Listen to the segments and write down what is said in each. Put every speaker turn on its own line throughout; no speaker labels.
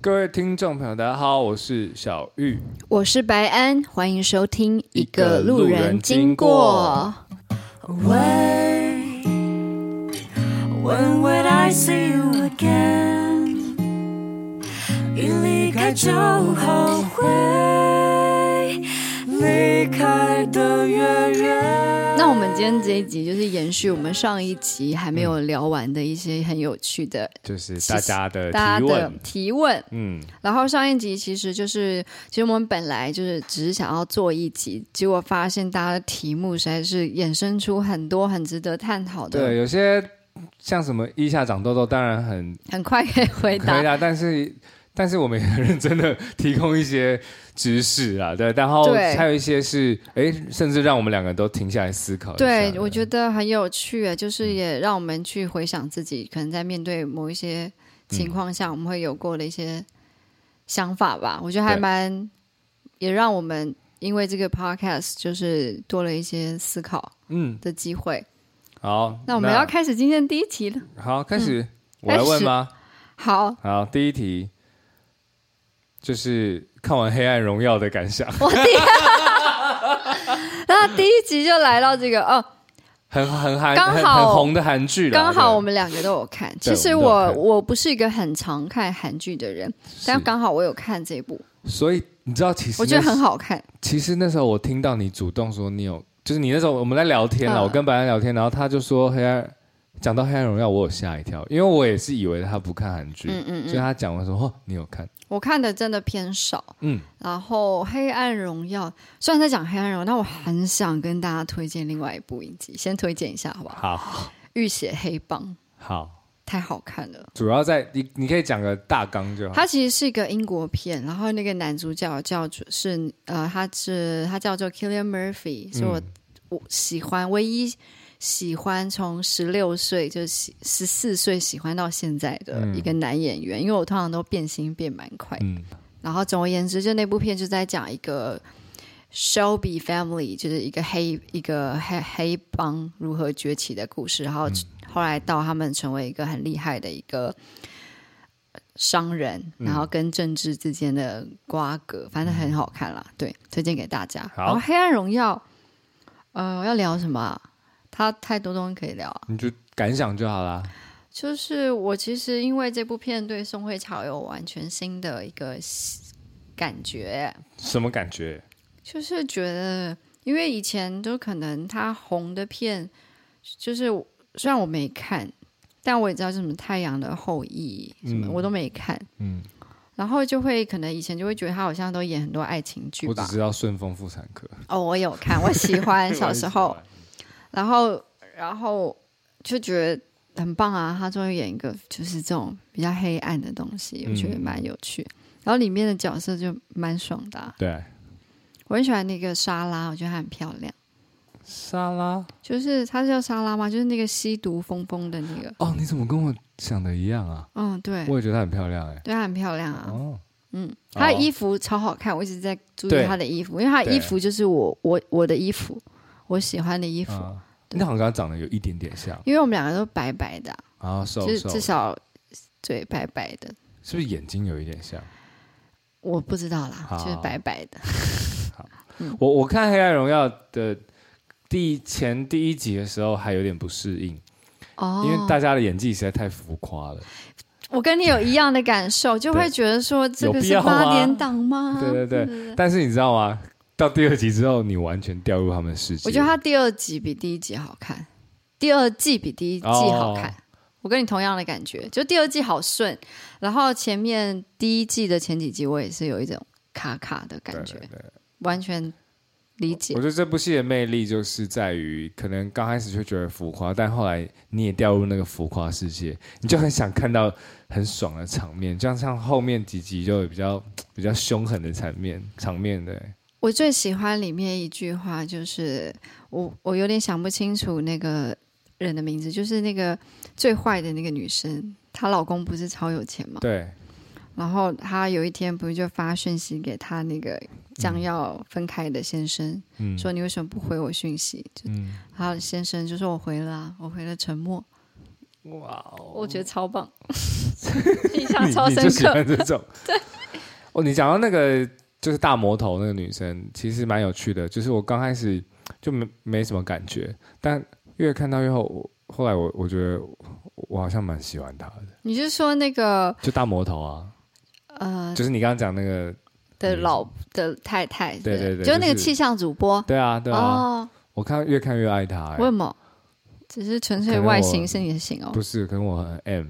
各位听众朋友，大家好，我是小玉。
我是白安，欢迎收听一个路人经过。
away. When would I see you again? 一离开就后悔，离开的越远。
那我们今天这一集就是延续我们上一集还没有聊完的一些很有趣的
就是大家的
大
提
家的
问，
呃提问。
嗯，
然后上一集其实就是，其实我们本来就是只是想要做一集，结果发现大家的题目实在是衍生出很多很值得探讨的，
对，有些像什么腋下长痘痘，当然很
很快可以回答
可以。啦，但是但是我们也很认真的提供一些知识啊，对，然后
对
还有一些是哎，甚至让我们两个都停下来思考一下的。
对，我觉得很有趣耶，
嗯
就是也让我们去回想自己可能在面对某一些
嗯
情况下，我们会有过的一些想法吧。我觉得还
对
蛮，也让我们因为这个 podcast 就是多了一些思考
嗯，
的机会。
好，
那我们要开始今天第一题了。
好开始，我
开
来问
始
吗？
好，
好，第一题就是看完《黑暗荣耀》的感想，
那第一集就来到这个哦，
很很韩，
刚
很
好
很红的韩剧啦
刚好
对
我们两个都有看。
对
其实
我们都有
我
看
我不是一个很常看韩剧的人，但
是
刚好我有看这部，
所以你知道，其实
我觉得
那时
很。好看。
其实那时候我听到你主动说你有，就是你那时候我们在聊天了，
嗯
我跟白安聊天，然后他就说黑暗，讲到黑暗荣耀，我有吓一跳，因为我也是以为他不看韩剧，
嗯嗯嗯
所以。他讲我说哦，你有看，
我看的真的偏少，
嗯，
然后《黑暗荣耀》虽然在讲《黑暗荣耀》，但我很想跟大家推荐另外一部影集，先推荐一下好不好？
好
《浴血黑帮》
好，
太好看了，
主要在你你可以讲个大纲就好，
它其实是一个英国片，然后那个男主角叫做是呃，他是他叫做 Killian Murphy，是
嗯
我、我喜欢唯一喜欢从十六岁就十十四岁喜欢到现在的一个男演员，因为我通常都变心变蛮快的
嗯，
然后总而言之，就那部片就在讲一个 Shelby family，就是一个黑一个黑黑帮如何崛起的故事，然后后来到他们成为一个很厉害的一个商人，然后跟政治之间的瓜葛，反正很好看啦，对，推荐给大家。
好
然后《黑暗荣耀》，呃，要聊什么啊、它太多东西可以聊啊、
你就感想就好啦。
就是我其实因为这部片对宋慧乔有完全新的一个感觉，
什么感觉？
就是觉得，因为以前就可能他红的片，就是我虽然我没看，但我也知道是什么《太阳的后裔》什么、
嗯
我都没看，
嗯，
然后就会可能以前就会觉得他好像都演很多爱情剧
我只
吧。
知道顺丰妇产科，
哦，我有看，我喜 欢小时候，然后然后就觉得。很棒啊！他终于演一个就是这种比较黑暗的东西，我觉得
嗯
蛮有趣。然后里面的角色就蛮爽的啊、
对，
我很喜欢那个莎拉，我觉得她很漂亮。
沙拉
就是他是叫莎拉吗？就是那个吸毒疯疯的那个。
哦，你怎么跟我想的一样啊？
嗯，对，
我也觉得她很漂亮哎、
对她很漂亮啊。
哦，
嗯，她的衣服超好看，我一直在注意
对
她的衣服，因为她的衣服就是我我我的衣服，我喜欢的衣服。
啊，那好像跟她长得有一点点像。
因为我们两个都白白的啊、
啊，瘦
就是
瘦，
至少对白白的，
是不是眼睛有一点像？
我不知道啦
好，
就是白白的。
我我看《黑暗荣耀》的第一前第一集的时候还有点不适应，
哦，
因为大家的演技实在太浮夸了。
我跟你有一样的感受，就会觉得说这个
有必
是
要吗
八点档吗？
对对对，但是你知道吗？到第二集之后，你完全掉入他们的世界。
我觉得他第二集比第一集好看，第二季比第一季好看。
哦
我跟你同样的感觉，就第二季好顺，然后前面第一季的前几集我也是有一种卡卡的感觉，
对对
完全理解
我。觉得这部戏的魅力就是在于，可能刚开始就觉得浮夸，但后来你也掉入那个浮夸世界，
嗯
你就很想看到很爽的场面，就像像后面几集就有比较比较凶狠的场面场面对。
我最喜欢里面一句话就是，我我有点想不清楚那个人的名字，就是那个最坏的那个女生，她老公不是超有钱吗？
对，
然后她有一天不是就发讯息给她那个将要分开的先生，
嗯，
说你为什么不回我讯息？就
嗯，
他先生就说我回了、啊，我回了沉默。
哇哦，
我觉得 超棒，印象超
你你
深
就喜
刻。
欢这 种，对。哦，你讲到那个就是大魔头那个女生，其实蛮有趣的。就是我刚开始就没没什么感觉，但越看到越后，我后来我我觉得我好像蛮喜欢她的，
你是说那个
就大魔头啊，
呃
就是你刚刚讲那个，
的老的太太？
对对对
就是那个
就是
气象主播。
对啊对啊，
哦，
我看越看越爱她、欸
为什么？只是纯
可
粹
能
外
我
形是你的型哦
不。是，可能我很 M，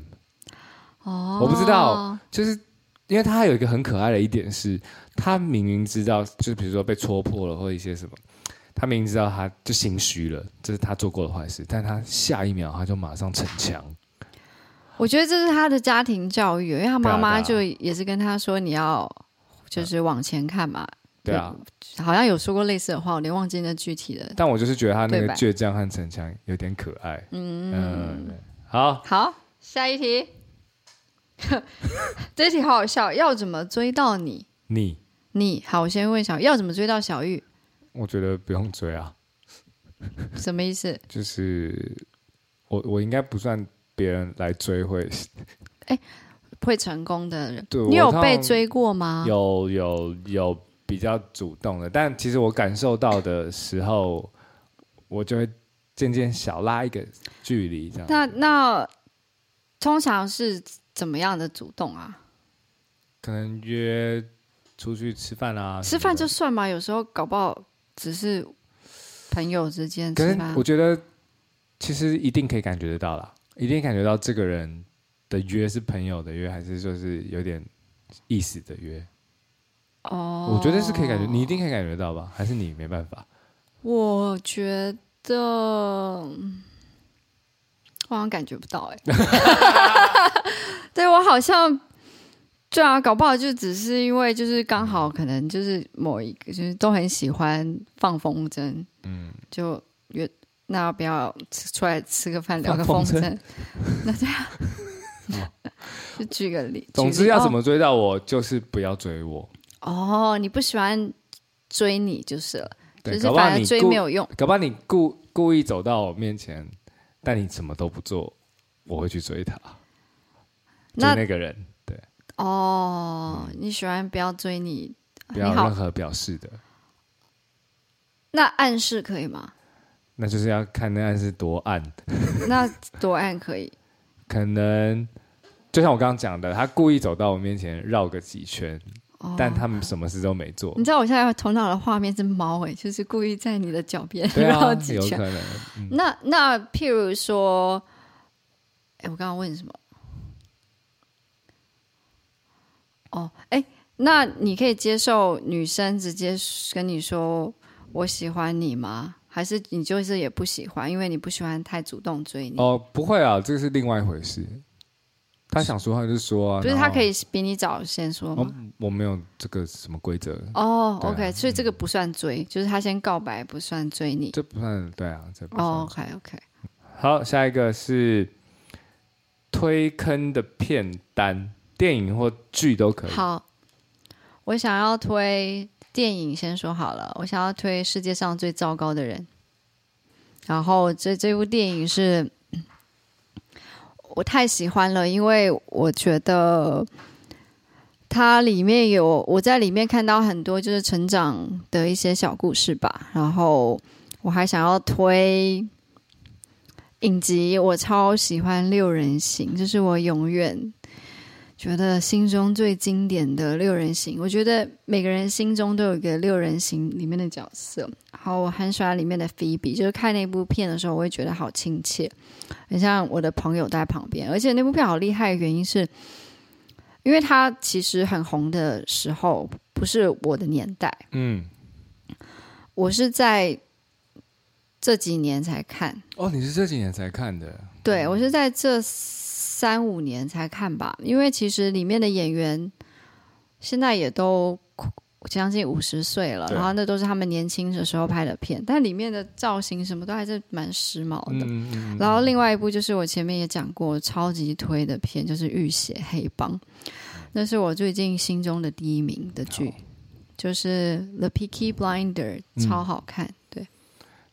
哦，
我不知道。就是因为他有一个很可爱的一点是，他明明知道，就是比如说被戳破了或一些什么，他明明知道他就心虚了，这是他做过的坏事，但他下一秒他就马上逞强。
我觉得这是他的家庭教育，因为他妈
对
妈
啊
就也是跟他说你要就是往前看嘛，
对啊，
好像有说过类似的话，我连忘记那具体的。
但我就是觉得他那
对
个
吧
倔强和逞强有点可爱。嗯，对好，
好，下一题， 这题好好笑，要怎么追到你？
你
你好，我先问小玉，要怎么追到小玉？
我觉得不用追啊，
什么意思？
就是我我应该不算别人来追会，
会成功的人，
对我
你有
通
被
常
追过吗？
有有有比较主动的，但其实我感受到的时候，我就会渐渐小拉一个距离，这样。
那那通常是怎么样的主动啊？
可能约出去吃饭啊，
吃饭
什
就
么
算嘛，有时候搞不好只是朋友之间
的，
吃
可
饭啊
是我。觉得其实一定可以感觉得到啦，一定感觉到这个人的约是朋友的约，还是就是有点意思的约。
哦，
我觉得是可以感觉，你一定可以感觉到吧？还是你没办法？
我觉得嗯我好像感觉不到哎、 对我好像。对啊，搞不好就只是因为就是刚好可能就是某一个就是都很喜欢放风筝，嗯，就约那要不要吃出来吃个饭聊个风
放
筝？
风哦
那对啊，就举个例，
总
举
之
例
要怎么追到我，就是不要追我。
哦哦，你不喜欢追你就是了，就
对，
是
搞不好
反正
你
追
故
没有用。
搞不好你故故意走到我面前，但你什么都不做，我会去追他，
那
追那个人，对，
哦，你喜欢不要追你，
嗯不要
你
有
好
任，何表示的，
那暗示可以 吗？
那就是要看那暗是多暗，
那多暗可以？
可能就像我刚刚讲的，他故意走到我面前绕个几圈，
哦，
但他们什么事都没 做
你，知道我现在头脑的画面是猫哎、就是故意在你的脚边
对啊
绕，几
有
圈。
可能，嗯，
那那譬如说，哎、我刚刚问什么？哦，哎、那你可以接受女生直接跟你说我喜欢你吗？还是你就是也不喜欢，因为你不喜欢太主动追你？
哦，不会啊，这个是另外一回事。他想说他就说啊，
不是
然后
他可以比你早先说
我
吗？
我没有这个什么规则，
哦、
对啊
o k 所以这个不算追，就是他先告白不算追你。
这不算对啊，这不算
哦、o k OK，
好，下一个是推坑的片单，电影或剧都可以。
好，我想要推电影，先说好了，我想要推《世界上最糟糕的人》，然后这这部电影是我太喜欢了，因为我觉得。它里面有我在里面看到很多就是成长的一些小故事吧，然后我还想要推影集，我超喜欢《六人行》，这是我永远觉得心中最经典的六人行，我觉得每个人心中都有一个六人行里面的角色。然后我很喜欢里面的菲比，就是看那部片的时候，我会觉得好亲切，很像我的朋友在旁边。而且那部片好厉害的原因是，因为它其实很红的时候不是我的年代，
嗯，
我是在这几年才看，
哦，你是这几年才看的，
对我是在这三五年才看吧，因为其实里面的演员现在也都将近五十岁了，
对
然后那都是他们年轻的时候拍的片，但里面的造型什么都还是蛮时髦的。
嗯嗯
然后另外一部就是我前面也讲过超级推的片，就是《浴血黑帮》，
嗯
那是我最近心中的第一名的剧，就是《The Peaky Blinder》，超好看。对，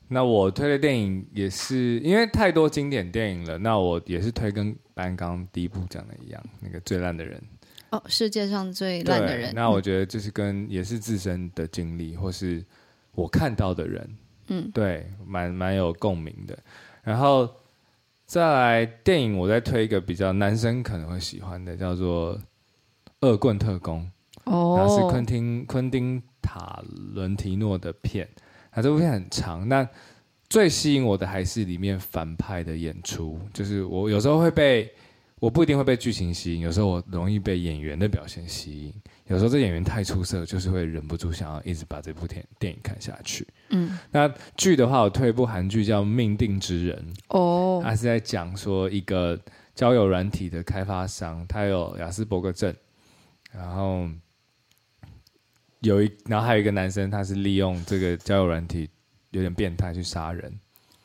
那我推的电影也是因为太多经典电影了，那我也是推跟班刚第一部讲的一样，那个最烂的人。
哦，世界上最烂的
对
人，
那我觉得就是跟也是自身的经历，或是我看到的人，
嗯
对，蛮蛮有共鸣的。然后再来电影，我再推一个比较男生可能会喜欢的，叫做《恶棍特工》。然后是
哦
昆，汀昆汀塔伦提诺的片，那这部片很长，那最吸引我的还是里面反派的演出，就是我有时候会被，我不一定会被剧情吸引，有时候我容易被演员的表现吸引，有时候这演员太出色，就是会忍不住想要一直把这部电电影看下去。
嗯
那剧的话，我推一部韩剧叫《命定之人》，
哦，
他是在讲说一个交友软体的开发商，他有雅斯伯格症，然后有一，然后还有一个男生，他是利用这个交友软体有点变态去杀人。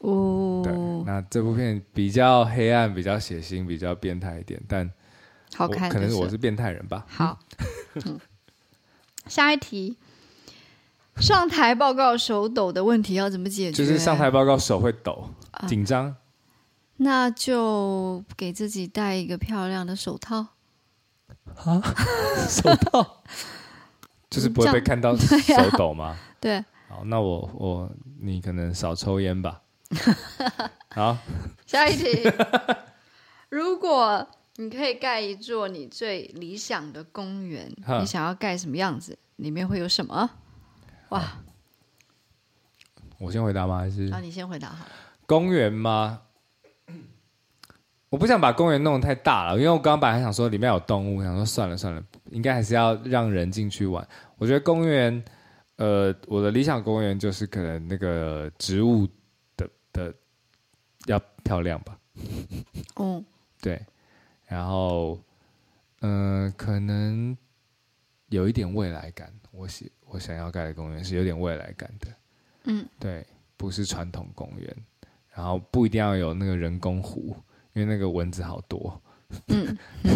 对，
哦，
那这部片比较黑暗，比较血腥，比较变态一点，但
好
我
看，
可能
就是
我是变态人吧。
好，嗯，下一题，上台报告手抖的问题要怎么解决？
就是上台，报告手会抖，
啊
紧 张。
那就给自己戴一个漂亮的手套。
就是不会
这
被
样
看 到手
啊
抖吗？
对，
好，那我我你可能少抽烟吧。好，
下一 题，如果你可以盖一座你最理想的公园，
哈
你想要盖什么样子？里面会有什么？哇，
我先回答吗？还是
那、你先回答好了。
公园吗？我不想把公园弄得太大了，因为我刚刚本来想说里面有动物，想说算了算了，应该还是要让人进去玩。我觉得公园，呃，我的理想公园就是可能那个植物的的要漂亮吧，
哦，
对，然后，嗯、可能有一点未来感。我喜我想要盖的公园是有点未来感的，
嗯，
对，不是传统公园，然后不一定要有那个人工湖，因为那个蚊子好多，
嗯，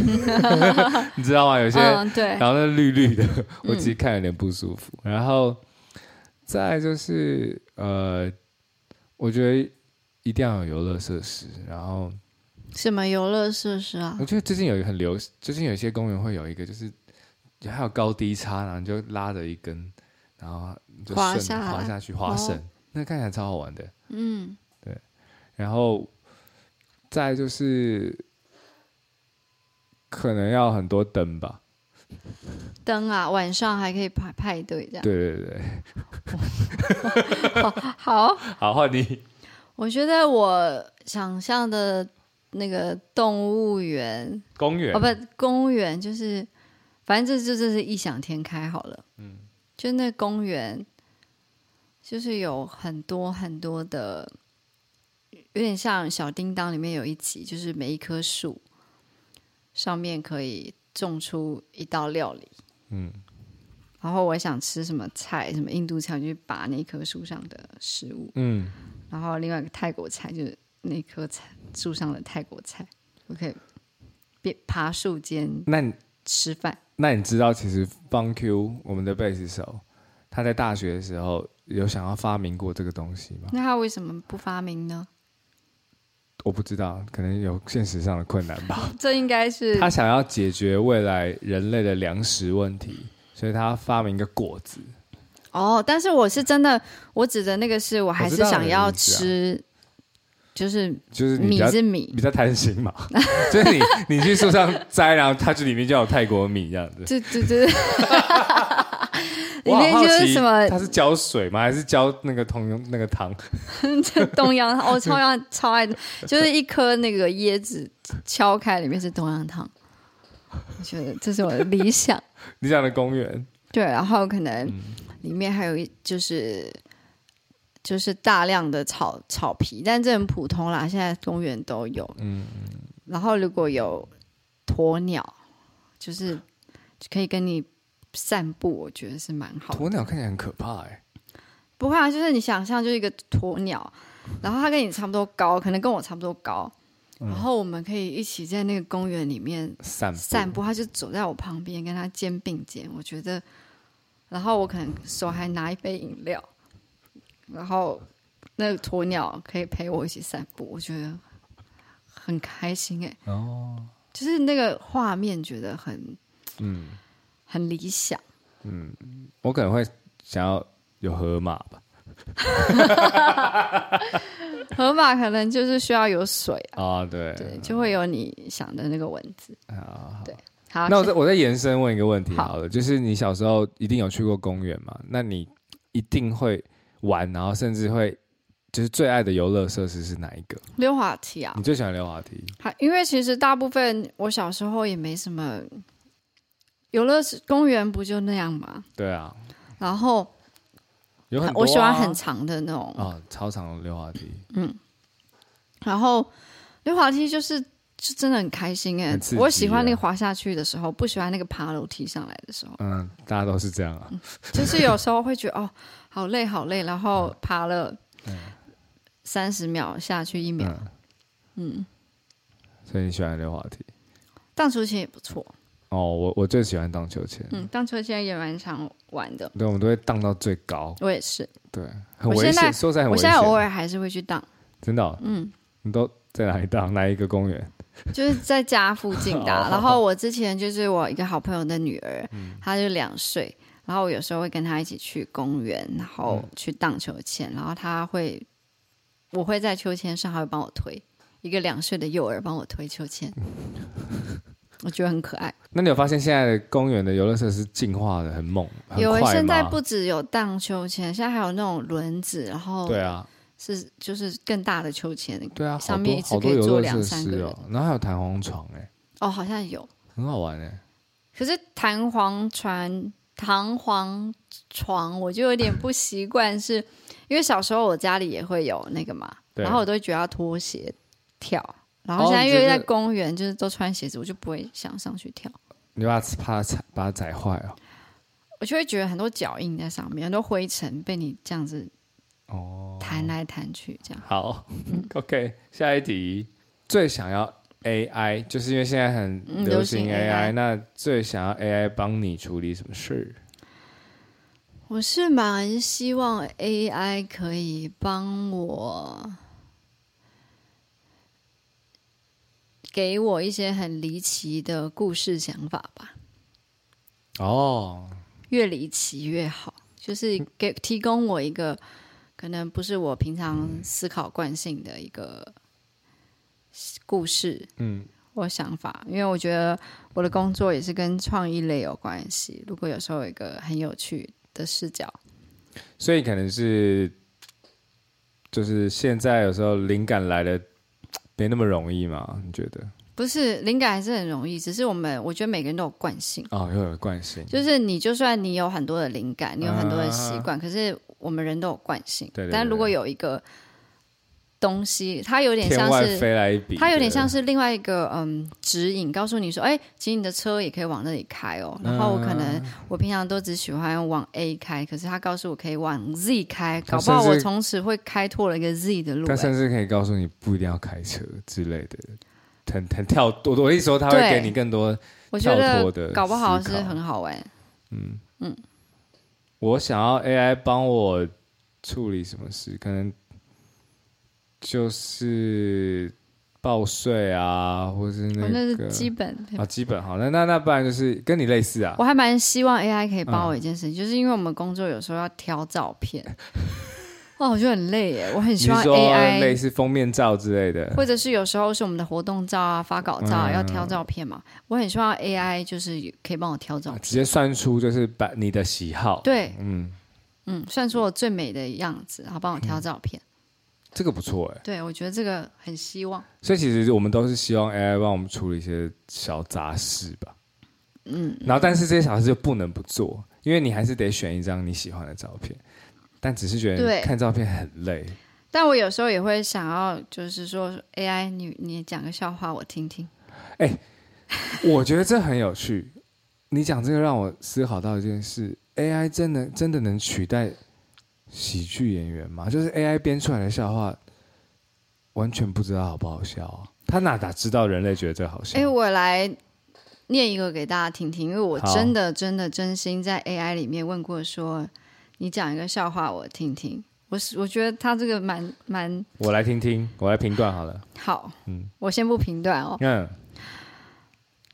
你知道吗？有些，
嗯，对
然，后那绿绿的，我其实看有点不舒服。然后，再来就是呃，我觉得一定要有游乐设施，然后。
什么游乐设施啊
我？觉得最近有一个很流，最近有一些公园会有一个，就是还有高低差，然后你就拉着一根，然后你就
滑
顺
下来
滑下去滑绳，
哦
那看起来超好玩的。
嗯，
然后再来就是可能要很多灯吧，
灯啊，晚上还可以派派对啊这样。
对对对，
好，
好换你，
我觉得我想象的那个动物园
公园
哦，不，公园就是，反正这就这是异想天开好了。嗯，就那公园，就是有很多很多的，有点像小叮当里面有一集，就是每一棵树上面可以种出一道料理。
嗯，
然后我想吃什么菜，什么印度菜，我就去拔那棵树上的食物。
嗯，
然后另外一个泰国菜就是那棵菜树上的泰国菜，我可以别爬树间
那你
吃饭。
那你知道其实 Fun Q 我们的贝斯手他在大学的时候有想要发明过这个东西吗？
那他为什么不发明呢？
我不知道，可能有现实上的困难吧。
这应该是
他想要解决未来人类的粮食问题，所以他发明一个果子。
哦，但是我是真的，我指的那个是我还
我
是
知道
想要
你的意思啊
吃，就是
就是你比
米
较
是米
比，较贪心嘛， 所以你你去树上摘，然后它就里面就有泰国米这样子。
对对 对，里
我好
面
好
就是
奇
什么
它是浇水吗？还是浇那个通用那个糖？
东阳汤，我、超阳超爱的，就是一颗那个椰子敲开，里面是东阳汤。我觉得这是我的理想。
你讲的公园，
对，啊然后可能里面还有一就是就是大量的草草皮，但这很普通啦，现在公园都有。嗯，然后如果有鸵鸟，就是可以跟你散步，我觉得是蛮好的。
鸵鸟看起来很可怕哎、
不会啊，就是你想象就是一个鸵鸟，然后它跟你差不多高，可能跟我差不多高，然后我们可以一起在那个公园里面
散步
散步，他就走在我旁边，跟他肩并肩。我觉得，然后我可能手还拿一杯饮料，然后那鸵鸟可以陪我一起散步，我觉得很开心哎、
哦，
就是那个画面觉得很
嗯
很理想。
嗯，我可能会想要有河马吧。
河马可能就是需要有水啊，
啊，对，
对，就会有你想的那个文字。
啊，好
对好，
那我
谢
再我再延伸问一个问题
好
好了，就是你小时候一定有去过公园嘛？那你一定会玩，然后甚至会就是最爱的游乐设施是哪一个？
溜滑梯啊
你，最喜欢溜滑梯？
还因为其实大部分我小时候也没什么游乐公园，不就那样嘛。
对啊，
然后
有很多啊、
我喜欢很长的那种，
啊，操场溜滑梯，
然后溜滑梯就是就真的很开心哎、
很刺激
我喜欢那个
啊
滑下去的时候，不喜欢那个爬楼梯上来 的时候，
嗯，大家都是这样
嗯
啊，
就是有时候会觉得哦好累好累，然
嗯
后爬了三十秒下去一秒，
嗯所以你喜欢溜滑梯？
荡秋千也不错，
哦，我我最喜欢荡秋千，
嗯，荡秋千也蛮常玩的，
对，我们都会荡到最高，
我也是，
对，很
我
危
现在
险，说实在很
我
危
现
险。
在偶尔还是会去荡，
真的哦、
嗯，
你都在哪里荡？哪一个公园？
就是在家附近的啊、
哦嗯
然后我之前就是我一个好朋友的女儿，她就两岁，然后我有时候会跟她一起去公园，然后去荡秋千，然后她会，我会在秋千上，她会帮我推，一个两岁的幼儿帮我推 秋千，我觉得很可爱。
那你有发现现在的公园的游乐设施进化的很猛，很
有
快
欸
吗？
现在不只有荡秋千，现在还有那种轮子，然后
对啊，
是就是更大的秋千，
对啊，好
上面
多
一次
好
可
多
以
游
坐
乐
两
设
三个
施哦，然后还有弹簧床哎、
哦，好像有。
很好玩哎、
可是弹簧船、弹簧床，我就有点不习惯是，因为小时候我家里也会有那个嘛，
对
然后我都会觉得要脱鞋跳，然
哦
后现在因为
你觉
在
得
公园就是都穿鞋子，我就不会想上去跳，
你把它怕它踩把它踩坏哦。
我就会觉得很多脚印在上面，很多灰尘被你这样子
哦，
弹来弹去，这样
好
嗯
，OK，下一题，最想要 AI，就是因为现在很
嗯
流
流行
行
AI
AI，那最想要 AI 帮你处理什么事？
我是蛮希望 AI 可以帮我，给我一些很离奇的故事想法吧，
哦，
越离奇越好。就是给提供我一个可能不是我平常思考惯性的一个故事
嗯，
或想法，因为我觉得我的工作也是跟创意类有关系。如果有时候有一个很有趣的视角，
所以可能是，就是现在有时候灵感来的没那么容易嘛？你觉得？
不是灵感还是很容易，只是我们我觉得每个人都有惯性，
哦，又有惯性，
就是你就算你有很多的灵感，你有很多的习惯，可是我们人都有惯性。
对对对
但如果有一个东西，它有点
天
像
外
是
飞来一笔，
它有点像
是
是另外一个嗯指引，告诉你说，哎，其实你的车也可以往那里开哦。
嗯
然后我可能我平常都只喜欢往 A 开，可是它告诉我可以往 Z 开，
它
搞不好
甚
我
至
从此会开拓了一个 Z 的路、
他
哎
甚至可以告诉你不一定要开车之类的，很很跳多。我的意思说，他会
对
给你更多。
哎我觉
跳脱的
得搞不好
思
是
考
很好哎玩。
我想要 AI 帮我处理什么事，可能就是报税啊，或是
我
那
哦那
个
是基本配备
啊基本好。那那那不然就是跟你类似啊
我，还蛮希望 AI 可以
嗯
帮我一件事情，就是因为我们工作有时候要挑照片， 哦，我觉得很累耶。我很
你
希
是
望
说类
AI，
似封面照之类的，
或者是有时候是我们的活动照啊、发稿照啊、
嗯
要挑照片嘛，我很希望 AI 就是可以帮我挑照片。
啊直接算出就是把你的喜好。，
对，
嗯，
嗯，算出我最美的样子，然后帮我挑照 片。
这个不错哎、
对，我觉得这个很希望。
所以其实我们都是希望 AI 帮我们处理一些小杂事吧。嗯，然后但是这些小事就不能不做，因为你还是得选一张你喜欢的照片。但只是觉得
对
看照片很累，
但我有时候也会想要，就是说 AI，你你讲个笑话我听听。
我觉得这很有趣。你讲这个让我思考到一件事：AI 真的真的能取代喜剧演员吗？就是 AI 编出来的笑话，完全不知道好不好笑啊！他哪哪知道人类觉得这好笑？
哎、我来念一个给大家听听，因为我
好
真的真的真心在 AI 里面问过说，你讲一个笑话我听听。我我是我觉得他这个蛮蛮
我来听听，我来评断好了。
好，
嗯
我先不评断哦。
嗯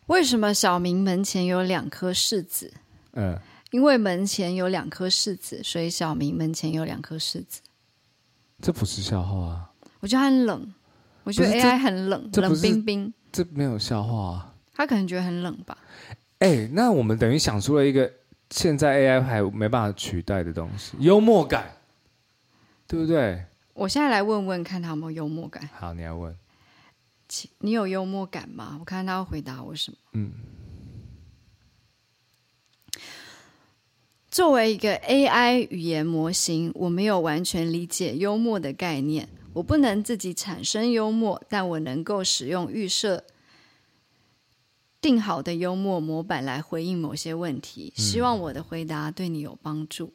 为什么小明门前有两颗柿子？
嗯，
因为门前有两颗柿子，所以小明门前有两颗柿子。
这不是笑话啊，
我觉得他很冷，我觉得
不是这
AI 很冷，
这不
冷
是
冰冰，
这没有笑话啊。
他可能觉得很冷吧。
哎，那我们等于想出了一个现在 AI 还没办法取代的东西，幽默感，对不对？
我现在来问问看他有没有幽默感。
好，你来问，
请你有幽默感吗？我看他会回答我什么。
嗯，
作为一个 AI 语言模型，我没有完全理解幽默的概念。我不能自己产生幽默，但我能够使用预设定好的幽默模板来回应某些问题。
嗯
希望我的回答对你有帮助。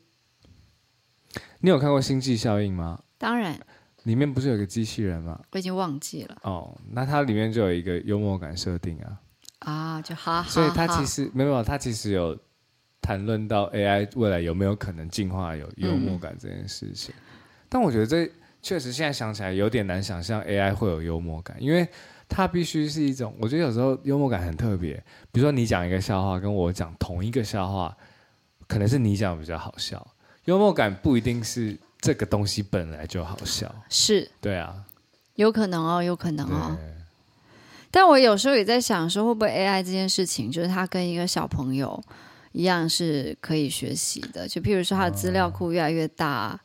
你有看过《星际效应》吗？
当然，
里面不是有个机器人吗？
我已经忘记了
哦，那它里面就有一个幽默感设定啊，
啊，就哈哈哈。
所以它其实没有，它其实有谈论到 AI 未来有没有可能进化有幽默感这件事情。但我觉得这确实现在想起来有点难想象 AI 会有幽默感，因为它必须是一种，我觉得有时候幽默感很特别。比如说你讲一个笑话，跟我讲同一个笑话，可能是你讲比较好笑，幽默感不一定是这个东西本来就好笑。
是
对啊，
有可能哦，有可能
对，
哦。但我有时候也在想，说会不会 AI 这件事情，就是它跟一个小朋友一样是可以学习的。就譬如说，它的资
哦
料库越来越大，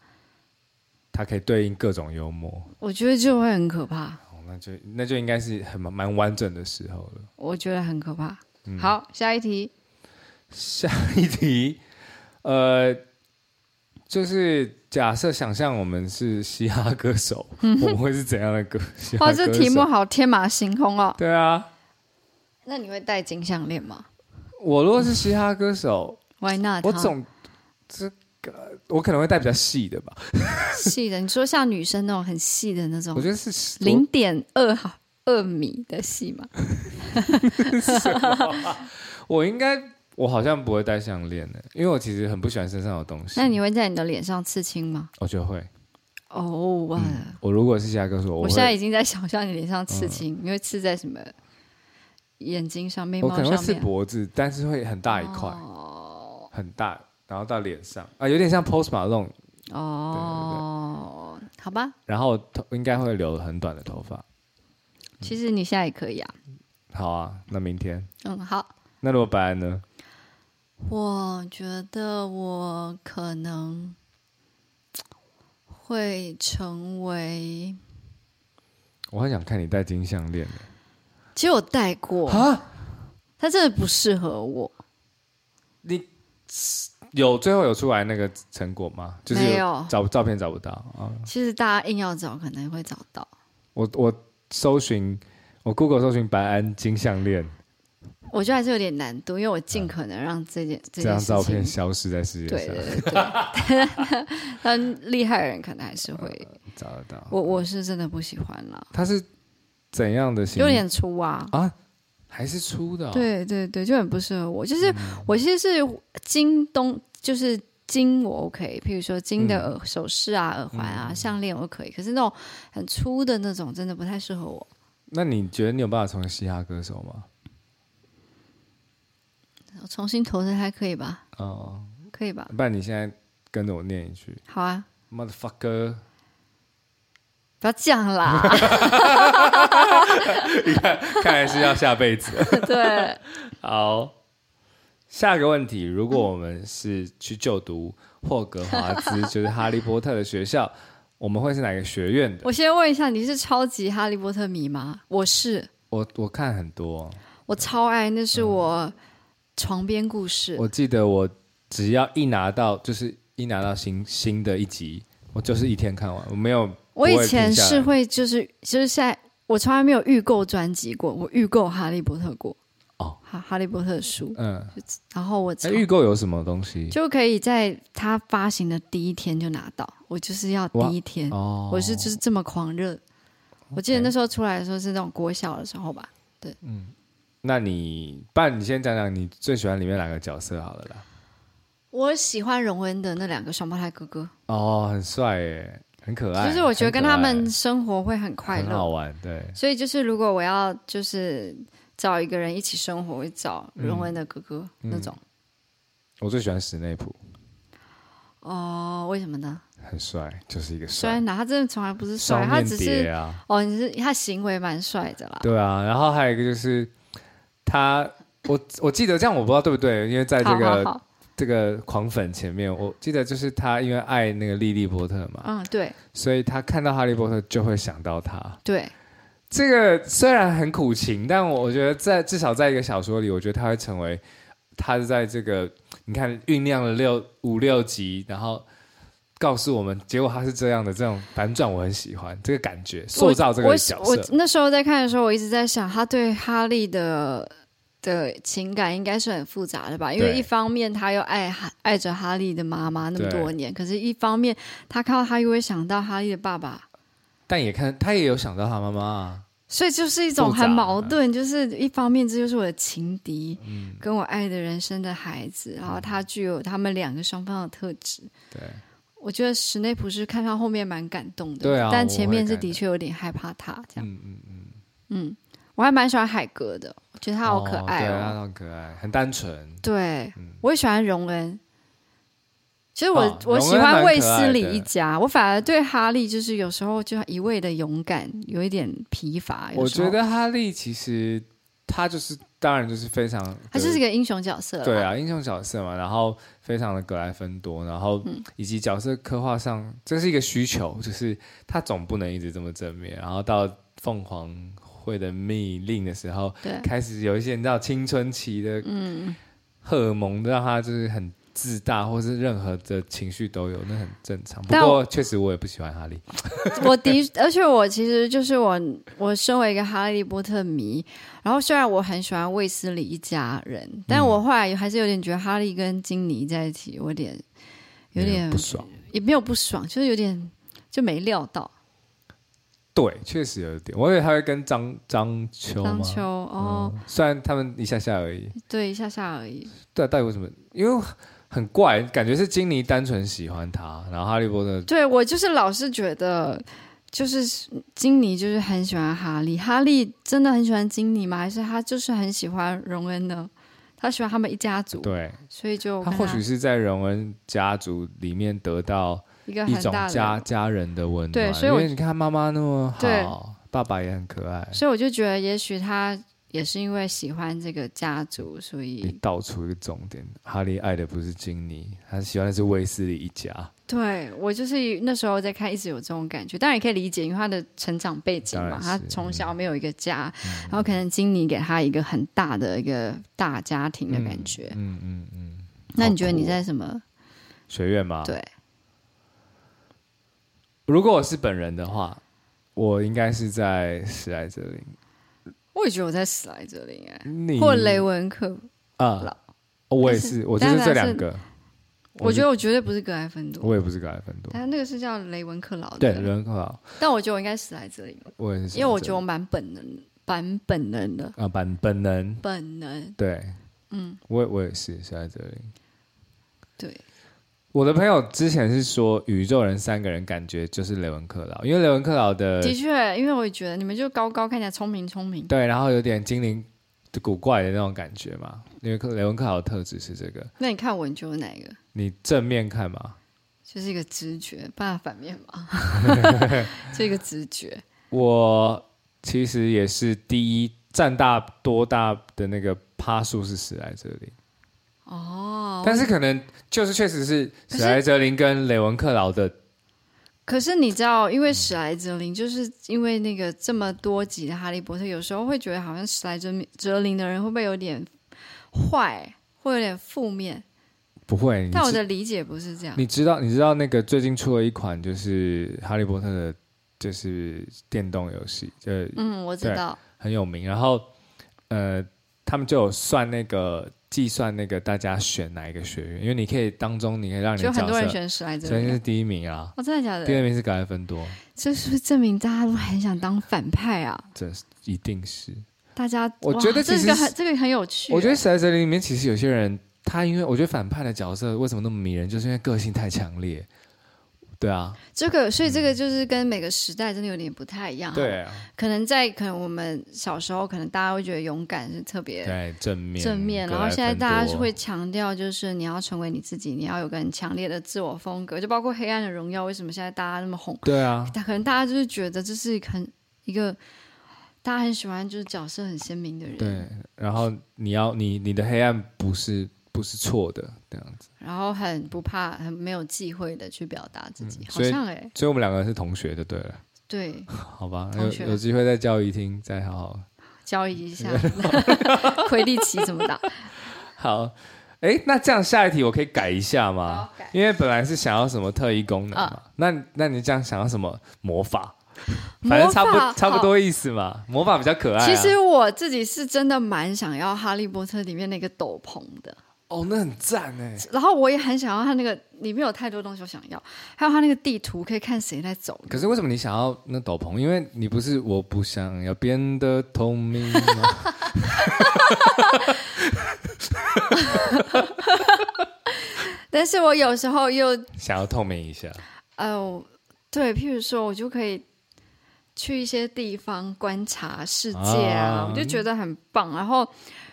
它可以对应各种幽默。
我觉得就会很可怕。
哦，那就那就应该是很蛮蛮完整的时候了。
我觉得很可怕。
嗯
好，下一题，
下 一题，呃，就是假设想象我们是嘻哈歌手，我们会是怎样的歌？嘻哈
嗯哇，
歌手
这题目好天马行空哦。
对啊，
那你会戴金项链吗
我如果是嘻哈歌手，
？Why not？
我
哈
总这个我可能会戴比较细的吧，
细的，你说像女生那种很细的那
我
种，
觉得是
哦零点二毫二米的细嘛？
我我应该我好像不会戴项链的，因为我其实很不喜欢身上有东西。
那你会在你的脸上刺青吗？
我就会，嗯
哦哇！
我如果是嘻哈歌手，我
我
会嗯
现在已经在想象你脸上刺青，你会刺在什么眼睛上、眉
我
毛哦
可
上
能
面？
会是脖子，但是会很大一块，很大，然后到脸上啊，有点像 Post Malone，
哦，好吧，
然后头应该会留很短的头发。
其实你现在也可以啊。
好啊，那明天，
嗯，好，
那如果白安呢？
我觉得我可能会成为，
我很想看你戴金项链
其实我戴过，
啊！
它真的不适合我，
你有最后有出来那个成果吗？就是
没有
找照片找不到啊！
其实大家硬要找可能会找到。
我我搜寻，我 Google 搜寻白安金项链，
我觉得还是有点难度，因为我尽可能让这件、
嗯这
这件
张
事
照
情
片消失在世界
对
上，
对对， 但厉害的人可能还是会。
找得到。
我我是真的不喜欢啦，
它是怎样的形？
有点粗啊。
啊，还是粗的、哦。，
对对对，就很不适合我。就是、我其实是金东，就是金我 OK，譬如说金的耳首饰啊、耳环啊、项链我可以，可是那种很粗的那种真的不太适合我。
那你觉得你有办法成为嘻哈歌手吗？
我重新投胎还可以吧？
哦，
可以吧？
不然你现在跟着我念一句
好啊，
，motherfucker，
不要这样啦。
看来是要下辈子。
对，
好，下个问题，如果我们是去就读霍格华兹，就是哈利波特的学校，我们会是哪个学院的？
我先问一下，你是超级哈利波特迷吗？我是，
我我看很多，
我超爱，那是我床边故事。
我记得我只要一拿到，就是一拿到新新的一集，我就是一天看完，我没有。
我
不
以
会
前
停下来
是会就是就是现在我从来没有预购专辑过，我预购《哈利波特》过
哦，
哈哈利波特》的书，
嗯，
然后我
那
从
预购有什么东西？
就可以在它发行的第一天就拿到，我就是要第一天，
哦，
我是就是这么狂热。我记得那时候出来的时候是那种国小的时候吧，
那你，不然你先讲讲你最喜欢里面哪个角色好了啦。
我喜欢荣恩的那两个双胞胎哥哥，
哦，很帅耶，很可爱。
就是我觉得跟
很可
他
爱
们生活会很快
很好
乐，
玩，对，
所以就是如果我要就是找一个人一起生活，我会找荣恩的哥哥、
嗯
那种。
我最喜欢史内普，
哦，为什么呢？
很帅，就是一个
虽
帅
然。哪，他真的从来不是帅，
双
他
面
只
谍
是
啊，
哦，你是他行为蛮帅的啦。
对啊，然后还有一个就是他，我我记得这样，我不知道对不对，因为在这
好
个
好好，
这个狂粉前面，我记得就是他因为爱那个莉莉波特嘛，
嗯，对
所以他看到哈利波特就会想到他。
对，
这个虽然很苦情，但我觉得在至少在一个小说里，我觉得他会成为他是在这个你看酝酿了六五六集，然后告诉我们，结果他是这样的这种反转，我很喜欢这个感觉，塑造这
我
个角
我我
色。
那时候在看的时候，我一直在想，他对哈利的的情感应该是很复杂的吧？因为
对
一方面他又爱哈爱着哈利的妈妈那么
对
多年，可是一方面他看到他又会想到哈利的爸爸，
但也看他也有想到他妈妈、啊，
所以就是一种
复杂嗯
很矛盾，就是一方面这就是我的情敌，跟我爱的人生的孩子，然后他具有他们两个双方的特质。
嗯对
我觉得史内普是看到后面蛮感动的，
对啊
但前面
我会
是
感动
的确有点害怕他这样。
嗯嗯嗯，
我还蛮喜欢海格的，我觉得他好可爱
对，他
哦。
很可爱，很单纯。
对
嗯，
我也喜欢荣恩。其实我、
哦
我
荣
喜
恩蛮
欢
可
卫斯
爱
理
的
一家，我反而对哈利就是有时候就一味的勇敢，有一点疲乏。有
我
时候
觉得哈利其实他就是，当然就是非常，
他就是一个英雄角色啦。
对啊，英雄角色嘛，然后非常的格莱芬多，然后以及角色刻画上，这是一个需求，就是他总不能一直这么正面，然后到凤凰会的密令的时候，
对
开始有一些你知道青春期的
嗯，
荷尔蒙，让他就是很自大，或是任何的情绪都有，那很正常。不
但
过确实我也不喜欢哈利，
我的，而且我其实就是我，我身为一个哈利波特迷，然后虽然我很喜欢卫斯理一家人，
嗯
但我后来还是有点觉得哈利跟金妮在一起，我有点有点
不爽。
也没有不爽，就是有点就没料到。
对，确实有一点，我以为他会跟张张秋吗？嗯
当秋哦，
虽然他们一下下而已，
对，一下下而已。
对啊，到底为什么？因为很怪，感觉是金妮单纯喜欢他，然后哈利波特
对我就是老是觉得，就是金妮就是很喜欢哈利，哈利真的很喜欢金妮吗？还是他就是很喜欢荣恩呢？他喜欢他们一家族，
对
所以就
他
跟
或许是在荣恩家族里面得到
一个
一
很
种
大的
家家人的温暖。
对所以我
因为你看他妈妈那么
对
好，爸爸也很可爱，
所以我就觉得，也许他也是因为喜欢这个家族，所
你
以
道出一个重点，哈利爱的不是金妮，他喜欢的是威斯利一家。
对我就是那时候在看，一直有这种感觉。当然也可以理解，因为他的成长背景嘛，
当然
他
是嗯
从小没有一个家，然后可能经理给他一个很大的一个大家庭的感觉。
嗯嗯嗯，
那你觉得
好酷
你
哦
在什么？
学院吗？
对，
如果我是本人的话，我应该是在史莱哲林，
我也觉得我在史莱哲林哎，
你
或雷文克，
啊、
老
我也
但是
是，我就是
但是
这两个。
我
是
觉得我绝对不是格莱芬多，
我也不是格莱芬多，
但那个是叫雷文克劳的。
对，人很好，
但我觉得我应该史莱哲林，
我也是，
因为我觉得我蛮本能，蛮本能的，
啊，本本能，
本能
对，嗯，我我也是是在这里。
对。
我的朋友之前是说宇宙人三个人感觉就是雷文克劳，因为雷文克劳的
的确，因为我也觉得你们就高高，看起来聪明聪明。
对，然后有点精灵古怪的那种感觉嘛，因为克雷文克劳的特质是这个，
那你看我，你觉得哪一个？
你正面看嘛，
就是一个直觉，不然反面 嘛， 这个直觉。
我其实也是第一占大多大的那个趴数是史莱哲林。哦，但是可能就是确实是
可是
史莱哲林跟雷文克劳的
可是你知道，因为史莱哲林，就是因为那个这么多集的《哈利波特》，有时候会觉得好像史莱哲哲林的人会不会有点坏，会有点负面？
不会，你
但我
知
的理解不是这样。
你知道你知道那个最近出了一款就是哈利波特的，就是电动游戏，就
嗯，我知道。
很有名。然后呃，他们就有算那个计算那个大家选哪一个学院，因为你可以当中你可以让你
就
的
很
角
多人
色，
选史莱哲
所以
林
是
啊，
第一名啊，
哦，真的假
第二
的？
名是格莱芬多，
这是不是证明大家都很想当反派啊？
这是一定是。
大家，
我
哇
觉得
这
其
个
实
很这个很有趣欸。
我觉得史莱哲林里面其实有些人他因为我觉得反派的角色为什么那么迷人，就是因为个性太强烈。对啊，
这个，所以这个就是跟每个时代真的有点不太一样。，
对啊，
可能在可能我们小时候，可能大家会觉得勇敢是特别
对正面
正面，
格
然后
莱
现在
芬
大家是
多
会强调，就是你要成为你自己，你要有个很强烈的自我风格，就包括《黑暗的荣耀》，为什么现在大家那么红？
对啊，
但可能大家就是觉得这是很一个大家很喜欢，就是角色很鲜明的人。
对，然后你要你你的黑暗不是不是错的这样子，
然后很不怕、很没有忌讳的去表达自己，
嗯
好
所以
像哎、
所以我们两个是同学就对了，
对，
好吧？
同
有
学
有机会在教育厅再好好
交 易一下魁地奇怎么打？
好，哎，那这样下一题我可以改一下吗
好改？啊
因为本来是想要什么特异功能嘛，那那你这样想要什么魔法？
魔
反正差不
法
差不
好
多意思嘛，魔法比较可爱啊、
其实我自己是真的蛮想要《哈利波特》里面那个斗篷的，
哦，那很赞哎，
然后我也很想要它那个里面有太多东西我想要，还有它那个地图可以看谁在走。
可是为什么你想要那斗篷？因为你不是我不想要变得透明 吗？
但是我有时候又
想要透明一下，
呃，对，譬如说我就可以去一些地方观察世界啊，
啊
我就觉得很棒。然后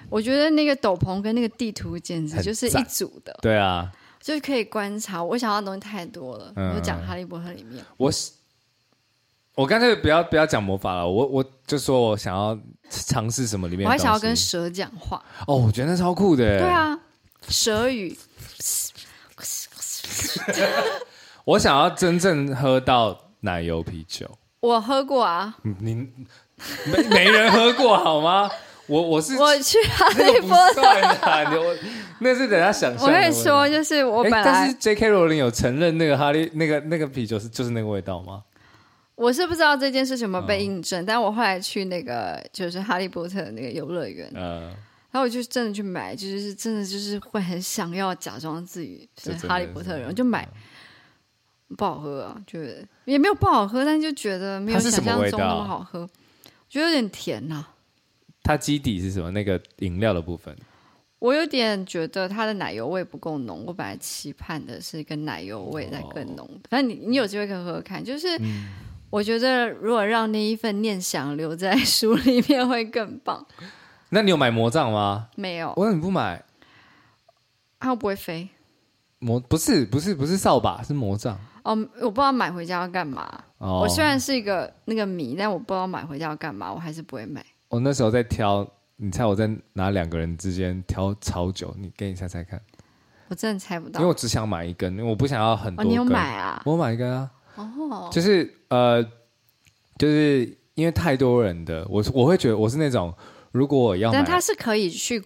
我觉得那个斗篷跟那个地图简直就是一
很赞
组的，
对啊，
就是可以观察。我想要的东西太多了，
嗯
我讲《哈利波特》里面。
我是我干脆不要不要讲魔法了，我我就说我想要尝试什么里面
我
的
还
东西，
想要跟蛇讲话，
哦，我觉得那超酷的耶，
对啊，蛇语，
我想要真正喝到奶油啤酒，
我喝过 啊，
嗯你没没人喝过好吗？我我是
我去哈
那
利
个不
波特，
算啊，你我那是等下 想象的
我跟
问
你
题。
说，就是我
哎
本
但
来
是 J.K. 罗琳有承认那个哈利那个那个啤酒是就是那个味道吗？
我是不知道这件事情有没有
嗯
被印证，但我后来去那个就是哈利波特的那个游乐园，
呃，
然后我就真的去买，就是真的就是会很想要假装自己
这真
是
的嗯
哈利波特人，我就买。不好喝啊，就是也没有不好喝，但就觉得没有
它是什
想
么
象
味
中那么
道啊
好喝，我觉得有点甜呐、
它基底是什么？那个饮料的部分
我有点觉得它的奶油味不够浓，我本来期盼的是一个奶油味再
哦
更浓的。反正你你有机会可以喝喝看，就是
嗯
我觉得如果让那一份念想留在书里面会更棒。
那你有买魔杖吗？
没有，
我怎么不买
它不会飞
魔？不是不是不是扫把，是魔杖。
哦，我不知道买回家要干嘛。
哦，
我虽然是一个那个迷，但我不知道买回家要干嘛，我还是不会买。
我那时候在挑，你猜我在哪两个人之间挑超久？你给你猜猜看，
我真的猜不
因
到
为。我只想买一根，因为我不想要很
哦，
多根。
你有买啊？
我买一根啊，
哦，
就是呃，就是因为太多人的，我是我会觉得我是那种，如果我要买，
但它是可以去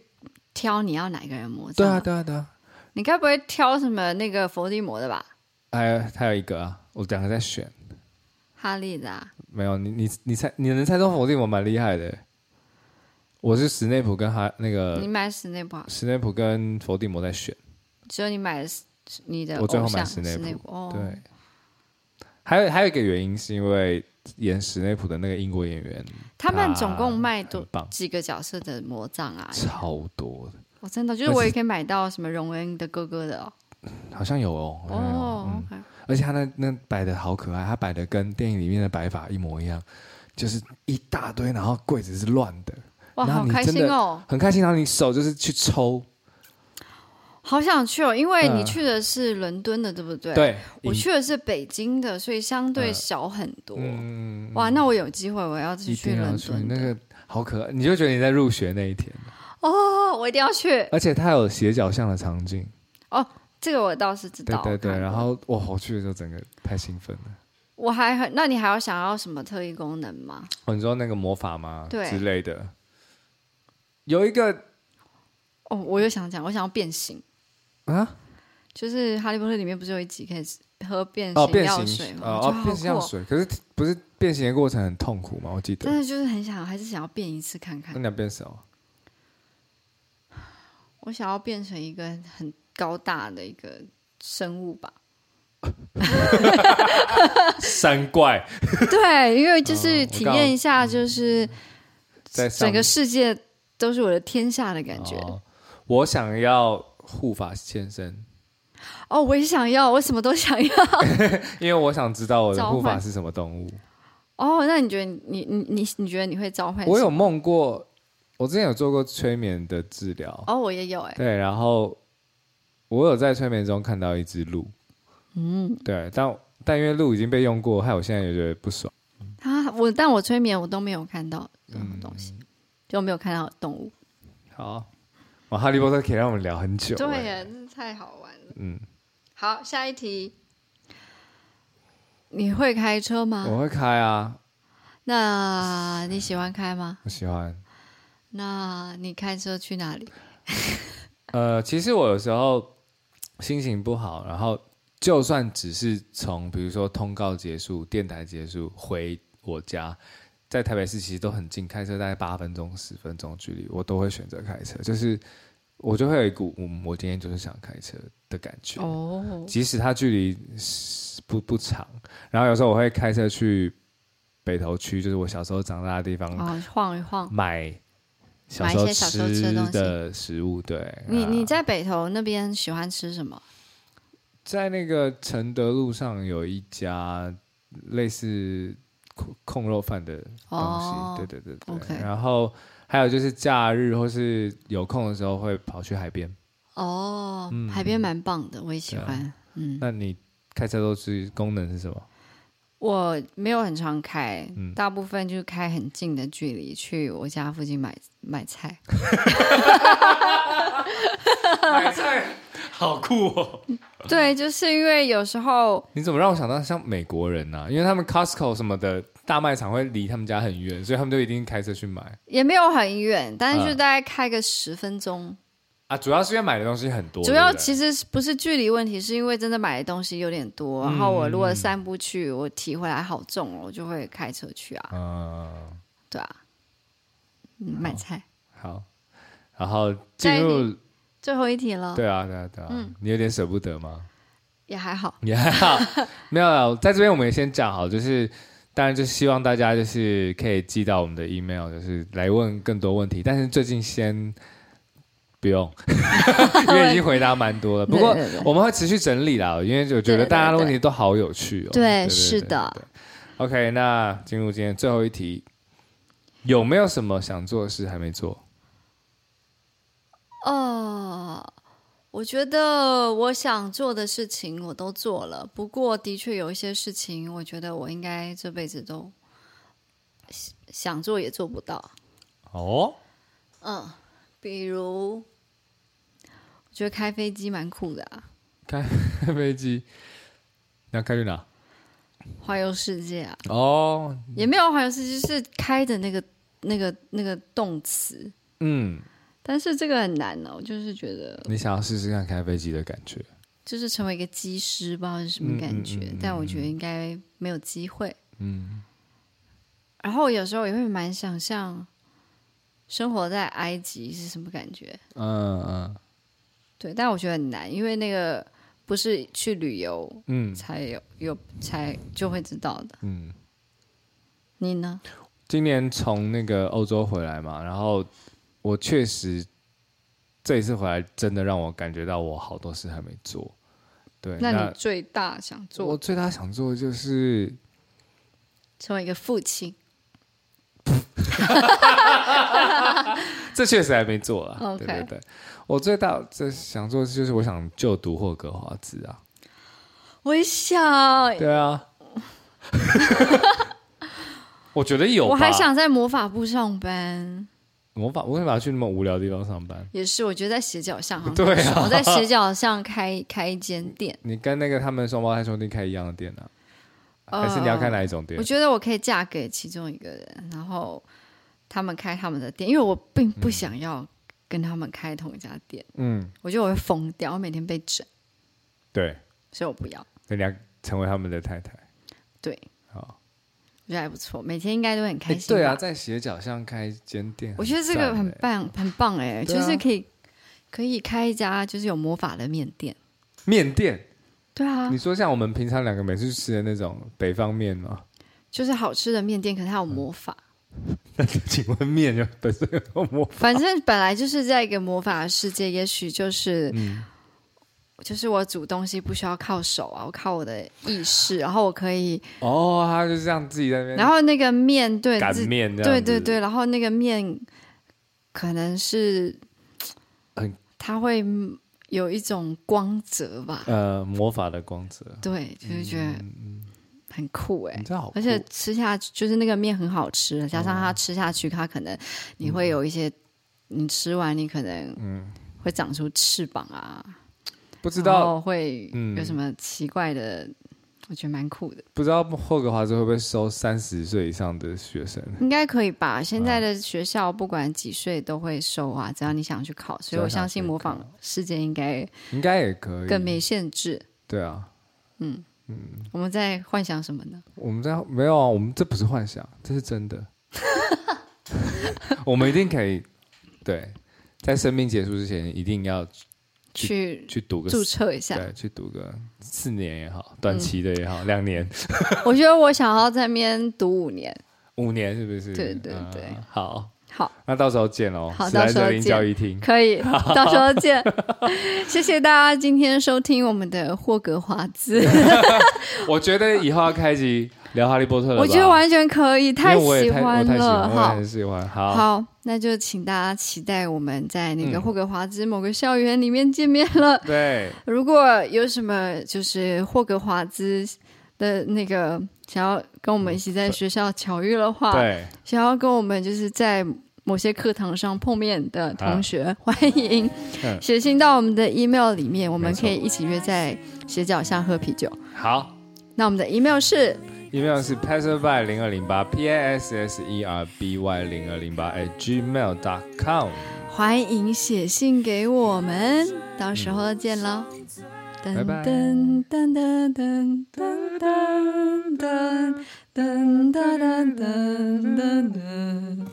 挑你要哪个人魔杖
对
的。
啊对啊对啊，
你该不会挑什么那个伏地魔的吧？
还有还有一个啊，我两个在选，
哈利的、啊。
没有你你你猜你能猜中否定我蛮厉害的，我是史内普跟哈那
你
个
买史内普好，
史内普跟伏地魔在选，
只有你买的是你的
我最后
偶像
买史内普
普哦，
对，，还有还有一个原因是因为演史内普的那个英国演员
他们总共卖
很
多
棒，
几个角色的魔杖啊？
超多的，
我 真的就是我也可以买到什么荣恩的哥哥的哦。
好像有哦，好像有
哦
嗯，
OK
而且他那那摆的好可爱，他摆的跟电影里面的摆法一模一样，就是一大堆，然后柜子是乱的，
哇，
那
好
你
开
真的
心哦，
很开心。然后你手就是去抽，
好想去哦，因为
嗯
你去的是伦敦的，对不对？，
对，
我
一
去的是北京的，所以相对
嗯
小很多。
嗯，
哇，那我有机会我要
一
去去
定要
伦
去
敦的
那个好可爱，你就觉得你在入学那一天，
哦，我一定要去。
而且它有斜角巷的场景，
这个我倒是知
对
道，
对对，
我看过
然后哇，我去的时候整个太兴奋了。
我还很，那你还有想要什么特异功能吗？
哦，你说那个魔法吗？
对
之类的，有一个
哦，我又想讲，我想要变形，
啊，
就是《哈利波特》里面不是有一集可以喝变
哦，
形
变
药水
形，
吗？
哦
我觉得
哦，变形
好
药
酷哦，
水，可是不是变形的过程很痛苦吗？我记得
但，是就是很想，还是想要变一次看看
那。你要变什么？
我想要变成一个很高大的一个生物吧？
山怪
对，因为就
哦
是
我
体
刚好
验一下，就是
在上哦
整个世界都是我的天下的感觉。
哦我想要护法先生，
哦，我也想要，我什么都想要。
因为我想知道我的
召
护法
唤
是什么动物。
哦，那你觉得你你你你觉得你会召唤？
我有梦过，我之前有做过催眠的治疗，
哦，我也有哎、
对，然后我有在催眠中看到一只鹿，嗯，对，但但因为鹿已经被用过，害我现在也觉得不爽。
啊，我但我催眠我都没有看到任何东
嗯
西，就没有看到动物。
好，哇，哈利波特可以让我们聊很久，
对
哎
呀，真是太好玩了。
嗯，
好，下一题，你会开车
我
吗？
会开啊，
那你喜欢开吗？
我喜欢。
那你开车去哪里？
呃，其实我有时候心情不好，然后就算只是从比如说通告结束、电台结束回我家，在台北市其实都很近，开车大概八分钟、十分钟距离，我都会选择开车，就是我就会有一股嗯，我今天就是想开车的感觉。
哦，
即使它距离是不不长，然后有时候我会开车去北投区，就是我小时候长大的地方，
啊，晃一晃。
买小
买一
时候
些小时候吃的东西
的食物。对，
你
啊
你在北投那边喜欢吃什么？
在那个承德路上有一家类似控控肉饭的东西，
哦
对对对对。
OK
然后还有就是假日或是有空的时候会跑去海边。
哦，
嗯
海边蛮棒的，我也
啊
喜欢。嗯，
那你开车都是功能是什么？
我没有很常开，
嗯
大部分就是开很近的距离去我家附近买买 菜。
买菜， 好酷哦！
对，就是因为有时候
你怎么让我想到像美国人呢、啊？因为他们 Costco 什么的大卖场会离他们家很远，所以他们就一定开车去买
也没有很远，但是
嗯
就大概开个十分钟。
啊。主要是因为买的东西很多，
主要
对不对
其实是不是距离问题，是因为真的买的东西有点多，然后我如
嗯
果散步去，我提回来好重哦，我就会开车去啊，
嗯，
对啊。嗯，买菜，
好，然后进
在
入
最后一题了，
对啊，对啊，对啊，
嗯
你有点舍不得吗？
也还好。
也还好，没有啦，在这边我们也先讲好，就是当然就希望大家就是可以寄到我们的 email，就是来问更多问题，但是最近先不用， 因为已经回答蛮多了。不过
对对对
我们会持续整理啦，因为我觉得大家的问题都好有趣哦。
对是的。
对 OK，那进入今天最后一题，有没有什么想做的事还没做？
哦，我觉得我想做的事情我都做了，不过的确有一些事情，我觉得我应该这辈子都想想做也做不到。
哦，
嗯，比如我觉得开飞机蛮酷的啊，
飞机，你要开去哪？
环游世界啊，
哦，
也没有环游世界，就是开的那个那个那个动词，
嗯。
但是这个很难哦，我就是觉得
你想要试试看开飞机的感觉？
就是成为一个机师，不知道是什么感觉，但我觉得应该没有机会。
嗯，
然后有时候也会蛮想象生活在埃及是什么感觉，
嗯
对，但我觉得很难，因为那个不是去旅游
嗯嗯
才有有才就会知道的。
嗯。
你呢？
今年从那个欧洲回来嘛，然后我确实这一次回来，真的让我感觉到我好多事还没做。对，
那
那
你最大想
我
做
最大想做的就是
成为一个父亲
这确实还没做啊。
OK
对对对，我最大这想做的事就是我想就读霍格华兹啊。
我也想，
对 啊，我觉得有吧。
我还想在魔法部上班，
魔法，我为什么要去那么无聊的地方上班？
也是我觉得在斜角巷好像
对啊
很爽我在斜角巷 开开一间店，
你跟那个他们双胞胎兄弟开一样的店啊？还是你要开哪一种店
呃我？觉得我可以嫁给其中一个人，然后他们开他们的店，因为我并不想要跟他们开同一家店，
嗯，
我觉得我会疯掉，我每天被整，
对，
所以我不要。
那你要成为他们的太太。
对，
好，
我觉得还不错，每天应该都会很开
哎
心、
对啊，，在斜角巷开一间店，
我觉得这个很
赞欸
棒，很棒哎、
对啊
就是可以可以开一家就是有魔法的面店。
面店，
对啊
你，说像我们平常两个每次去吃的那种北方面吗？ 嗯
就是好吃的面店，可是它有魔法，
那请问面就本身有魔法，
反正本来就是在一个魔法世界，也许就是、
嗯
就是我煮东西不需要靠手啊，我靠我的意识，然后我可以，
哦，他就这样自己在那边，
然后那个面对
擀
自
面这样
对
子
对对，，然后那个面可能是
很，
它会有一种光泽吧，
呃，魔法的光泽，
对，就是觉得
嗯
很酷哎、
你这好酷，
而且吃下去就是那个面很好吃，加上
嗯
它吃下去，它可能你会有一些，你吃完你可能会长出翅膀啊，
嗯不知
然
道
后会
嗯
有什么奇怪的，我觉得蛮酷的，
不知道霍格华兹会不会收三十岁以上的学生？
应该可以吧？现
嗯
在的学校不管几岁都会收啊，只要你想去考，所以我相信模仿世界应该
应该也可以，
更没限制。
对啊，
我们在幻想什么呢？
我们在没有啊，我们这不是幻想，这是真 的。我们一定可以，对，在生命结束之前，一定要
去
去读个
注册一下。
对，去读个四年也好，短期的也
嗯
好，两、年、
我觉得我想要在那边读五年。
五年是不是？
对对对
嗯好，
好，
那到时候见喽。
好
史莱
到时候
哲林
见
教育厅，
可以， 到时候见。 谢谢大家今天收听我们的霍格华 兹，
我觉得以后要开集聊哈利波特了吧。
我觉得完全可以，
因为我也
喜
太我
欢
太喜欢，
了。
我也
好
很，喜欢。好，
好，那就请大家期待我们在那个
嗯
霍格华兹某个校园里面见面了。
对，
如果有什么就是霍格华兹的那个想要跟我们一起在学校巧遇的话，
嗯对，
想要跟我们就是在某些课堂上碰面的同学，欢迎
啊嗯
写信到我们的 email 里面，我们
没错
可以一起约在斜角巷喝啤酒。
好。
那我们的 email 是
email 是 passerby 零二零八 p a s s e r b y 零二零八 at gmail dot com。
欢迎写信给我们，到时候见喽。噔
嗯拜拜
噔噔噔噔噔噔噔噔噔噔噔噔噔。